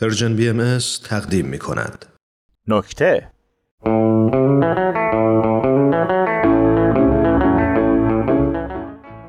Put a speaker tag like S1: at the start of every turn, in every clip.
S1: پرژن بی ام از تقدیم می کند.
S2: نکته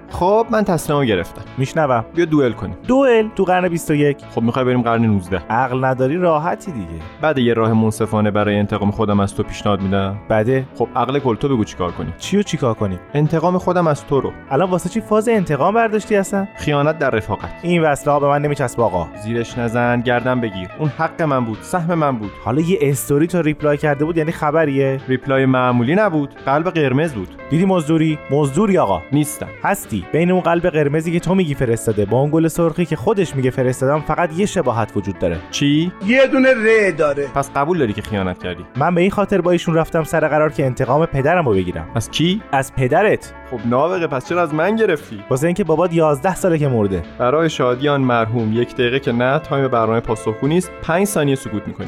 S3: خب من تصمیمو گرفتم
S2: میشنوم
S3: بیا دوئل کنیم
S2: دوئل تو قرن 21
S3: خب میخوای بریم قرن 19
S2: عقل نداری راحتی دیگه
S3: بعد یه راه منصفانه برای انتقام خودم از تو پیشنهاد میدم
S2: بده
S3: خب عقل کل تو بگو چیکار کنی
S2: چی و چیکار کنیم
S3: انتقام خودم از تو رو
S2: الان واسه چی فاز انتقام برداشتی هستن
S3: خیانت در رفاقت
S2: این وصله ها به من نمیچسب آقا
S3: زیرش نزن گردن بگیر اون حق من بود سهم من بود
S2: حالا یه استوری تو ریپلای کرده بود یعنی خبریه
S3: ریپلای معمولی نبود قلب قرمز بود
S2: دیدی مزدوری مزدوری آقا
S3: نیستم
S2: هستی بین اون قلب قرمزی که تو میگی فرستاده با اون گل سرخی که خودش میگه فرستادم فقط یه شباهت وجود داره
S3: چی
S4: یه دونه ره داره
S3: پس قبول داری که خیانت کردی
S2: من به این خاطر با ایشون رفتم سر قرار که انتقام پدرم رو بگیرم
S3: از کی
S2: از پدرت
S3: خب نابغه پس چرا از من گرفتی
S2: واسه اینکه بابات 11 ساله که مرده
S3: برای شادی آن مرحوم یک دقیقه که نه تایم برنامه پاسخگو نیست 5 ثانیه سکوت میکنی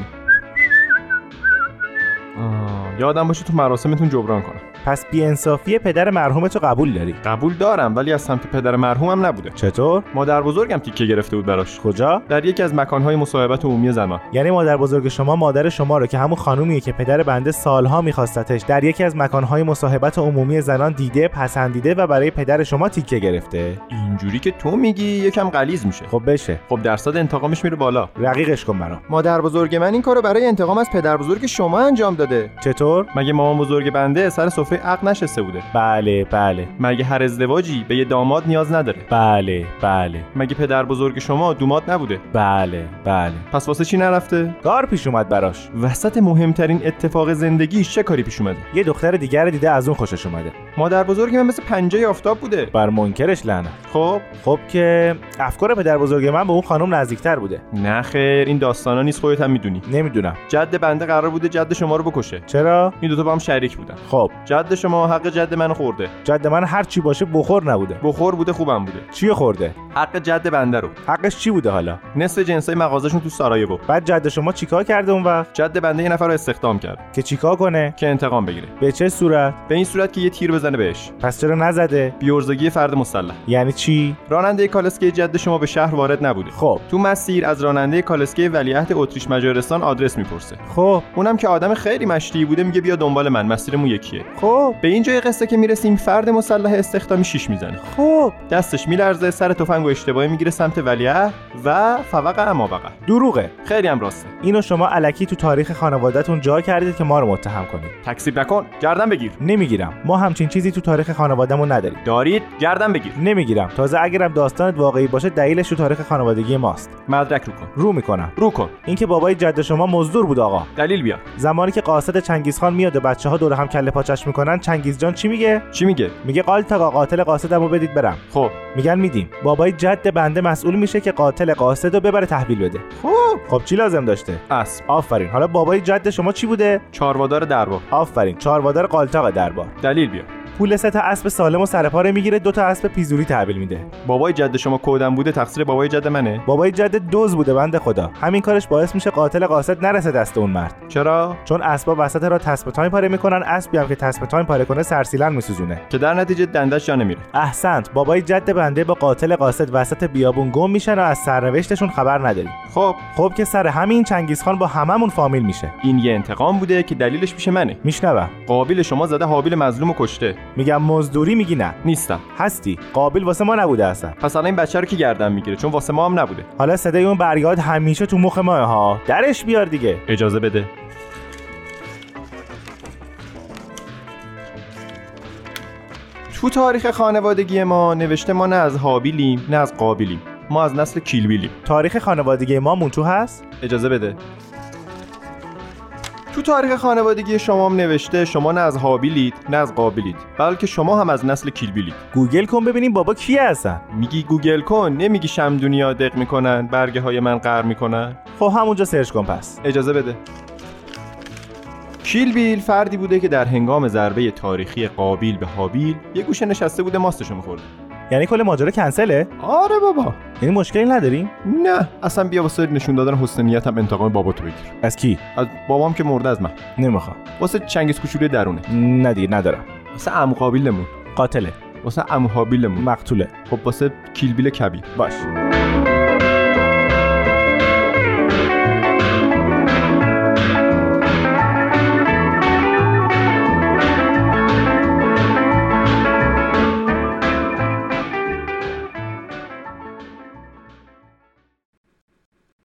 S3: آه، یادم باشه تو مراسمتون جبران کنم
S2: پس بیانصافی پدر مرحومت رو قبول داری
S3: قبول دارم ولی از سمت پدر مرحومم نبوده
S2: چطور
S3: مادر بزرگم تیکه گرفته بود براش خب،
S2: کجا
S3: در یکی از مکانهای مصاحبت عمومی زنان
S2: یعنی مادر بزرگ شما مادر شما رو که همون خانومیه که پدر بنده سالها میخواستتش در یکی از مکانهای مصاحبت عمومی زنان دیده پسندیده و برای پدر شما تیکه گرفته
S3: اینجوری که تو میگی یکم غلیظ میشه خب
S2: خب بشه
S3: خب درصد انتقامش میره بالا
S2: رقیقش کن برام
S3: مادر بزرگ من این کارو برای انتقام از پدر بزرگ شما انجام داده
S2: چطور
S3: مگه مامان بزرگ بنده سر سفره عقد نشسته بوده
S2: بله بله
S3: مگه هر ازدواجی به یه داماد نیاز نداره
S2: بله بله
S3: مگه پدر بزرگ شما دوماد نبوده
S2: بله بله
S3: پس واسه چی نرفته
S2: کار پیش اومد براش
S3: وسط مهمترین اتفاق زندگیش چه کاری پیش اومده
S2: یه دختر دیگر رو دیده از اون خوشش اومده
S3: مادر بزرگ من مثل پنجه آفتاب بوده
S2: بر منکرش لعنت
S3: خب
S2: خب که افکار پدر بزرگ من به اون خانم نزدیکتر بوده
S3: نه خیر این داستانا نیست خودت هم میدونی
S2: نمیدونم
S3: جد بنده قرار بوده جد شما رو بکشه
S2: چرا
S3: این دوتا با هم شریک بودن
S2: خب
S3: جد شما حق جد منو خورده
S2: جد من هر چی باشه بخور نبوده
S3: بخور بوده خوبم بوده
S2: چی خورده
S3: حق جد بنده رو
S2: حقش چی بوده حالا
S3: نصف جنسای مغازشون تو سارایوو
S2: بعد جد شما چیکار کرده اون وقت
S3: جد بنده یه نفر رو استخدام کرد
S2: که چیکار کنه
S3: که انتقام بگیره
S2: به چه صورت
S3: به این صورت که یه تیر بزنه بهش
S2: پس چرا نزده
S3: بیورزگی فرد مسلح
S2: یعنی چی
S3: راننده کالسکه جد شما به شهر وارد نبوده
S2: خب
S3: تو مسیر از راننده کالسکه ولیعهد اتریش مجارستان آدرس میپرسه
S2: خب
S3: اونم که آدم خیلی مشتی بوده میگه بیا دنبال من مسیرمون یکیه
S2: خب
S3: به این جای قصه که میرسیم فرد مسلح استخدامی شیش میزنه
S2: خب
S3: دستش میلرزه سر تفنگ و اشتباهی میگیره سمت ولیعهد و فوق اما وقع
S2: دروغه
S3: خیلی هم راسته
S2: اینو شما علکی تو تاریخ خانوادهتون جا کردید که ما رو متهم کنید
S3: تکسیب نکن گردن بگیر
S2: نمیگیرم ما همچین چیزی تو تاریخ خانوادهمون نداریم
S3: دارید گردن بگیر
S2: نمیگیرم تازه اگرم داستانت واقعی باشه دلیلش تو تاریخ خانوادگی ماست
S3: مدرک رو کن
S2: رو میکنم
S3: رو کن
S2: اینکه بابای جد شما مزدور بود آقا
S3: دلیل بیار
S2: زمانی که قاصد چنگیزخان میاد و بچه ها دور هم کله پاچش میکنن چنگیز جان چی میگه
S3: چی میگه
S2: میگه قالتاقا قاتل قاصدمو بدید برم
S3: خب
S2: میگن میدیم بابای جد بنده مسئول میشه که قاتل قاصد رو ببره تحویل بده
S3: خب
S2: خب چی لازم داشته
S3: اسب
S2: آفرین حالا بابای جد شما چی بوده
S3: چاروادار دربار
S2: آفرین چاروادار قالتاق دربار
S3: دلیل بیار
S2: پول سه تا اسب سالم و سرپاره میگیره دو تا اسب پیزوری تحویل میده
S3: بابای جد شما کودم بوده تقصیر بابای جد منه
S2: بابای جد دوز بوده بنده خدا همین کارش باعث میشه قاتل قاصد نرسه دست اون مرد
S3: چرا
S2: چون اسبا وسط را تسب تایم پاره میکنن اسبی هم که تسب تایم پاره کنه سرسیلن میسوزونه
S3: که در نتیجه دندش جا نمیره
S2: احسنت بابای جد بنده با قاتل قاصد وسط بیابون گم میشن و از سرنوشتشون خبر نداریم
S3: خب
S2: خب که سر همین چنگیزخان با هممون فامیل میشه
S3: این یه انتقام بوده که دلیلش پیش منه
S2: میشنوم
S3: قابل شما زده حابیل مظلوم و کشته
S2: میگم مزدوری میگی نه
S3: نیستم
S2: هستی قابل واسه ما نبوده اصلا
S3: پس الان این بچه رو که گردن میگیره چون واسه ما هم نبوده
S2: حالا صدای اون برگاد همیشه تو مخ ماه ها درش بیار دیگه
S3: اجازه بده تو تاریخ خانوادگی ما نوشته ما نه از حابیلیم نه از قابیلیم ما از نسل کیلویلیم
S2: تاریخ خانوادگی ما مونتو هست
S3: اجازه بده تو تاریخ خانوادگی شما هم نوشته شما نه از هابیلید نه از قابلید بلکه شما هم از نسل کیلبیلید
S2: گوگل کن ببینیم بابا کی هستن
S3: میگی گوگل کن نمیگی شم دنیا دق میکنن برگه های من قر میکنن
S2: خب همونجا سرچ کن پس
S3: اجازه بده کیلبیل فردی بوده که در هنگام ضربه تاریخی قابیل به هابیل یه گوشه نشسته بوده ماستشو میخورده
S2: یعنی کل ماجرا کنسله
S3: آره بابا
S2: یعنی مشکلی نداریم
S3: نه اصلا بیا واسه نشون دادن حسن نیت هم انتقام باباتو بگیر
S2: از کی
S3: از بابام که مرده از من
S2: نمیخوام
S3: واسه چنگیز کوچوله درونه
S2: نه دیگه ندارم
S3: واسه عمو قابیلمون
S2: قاتله
S3: واسه عمو هابیلمون
S2: مقتوله
S3: خب واسه کیلبیل کبیر
S2: باش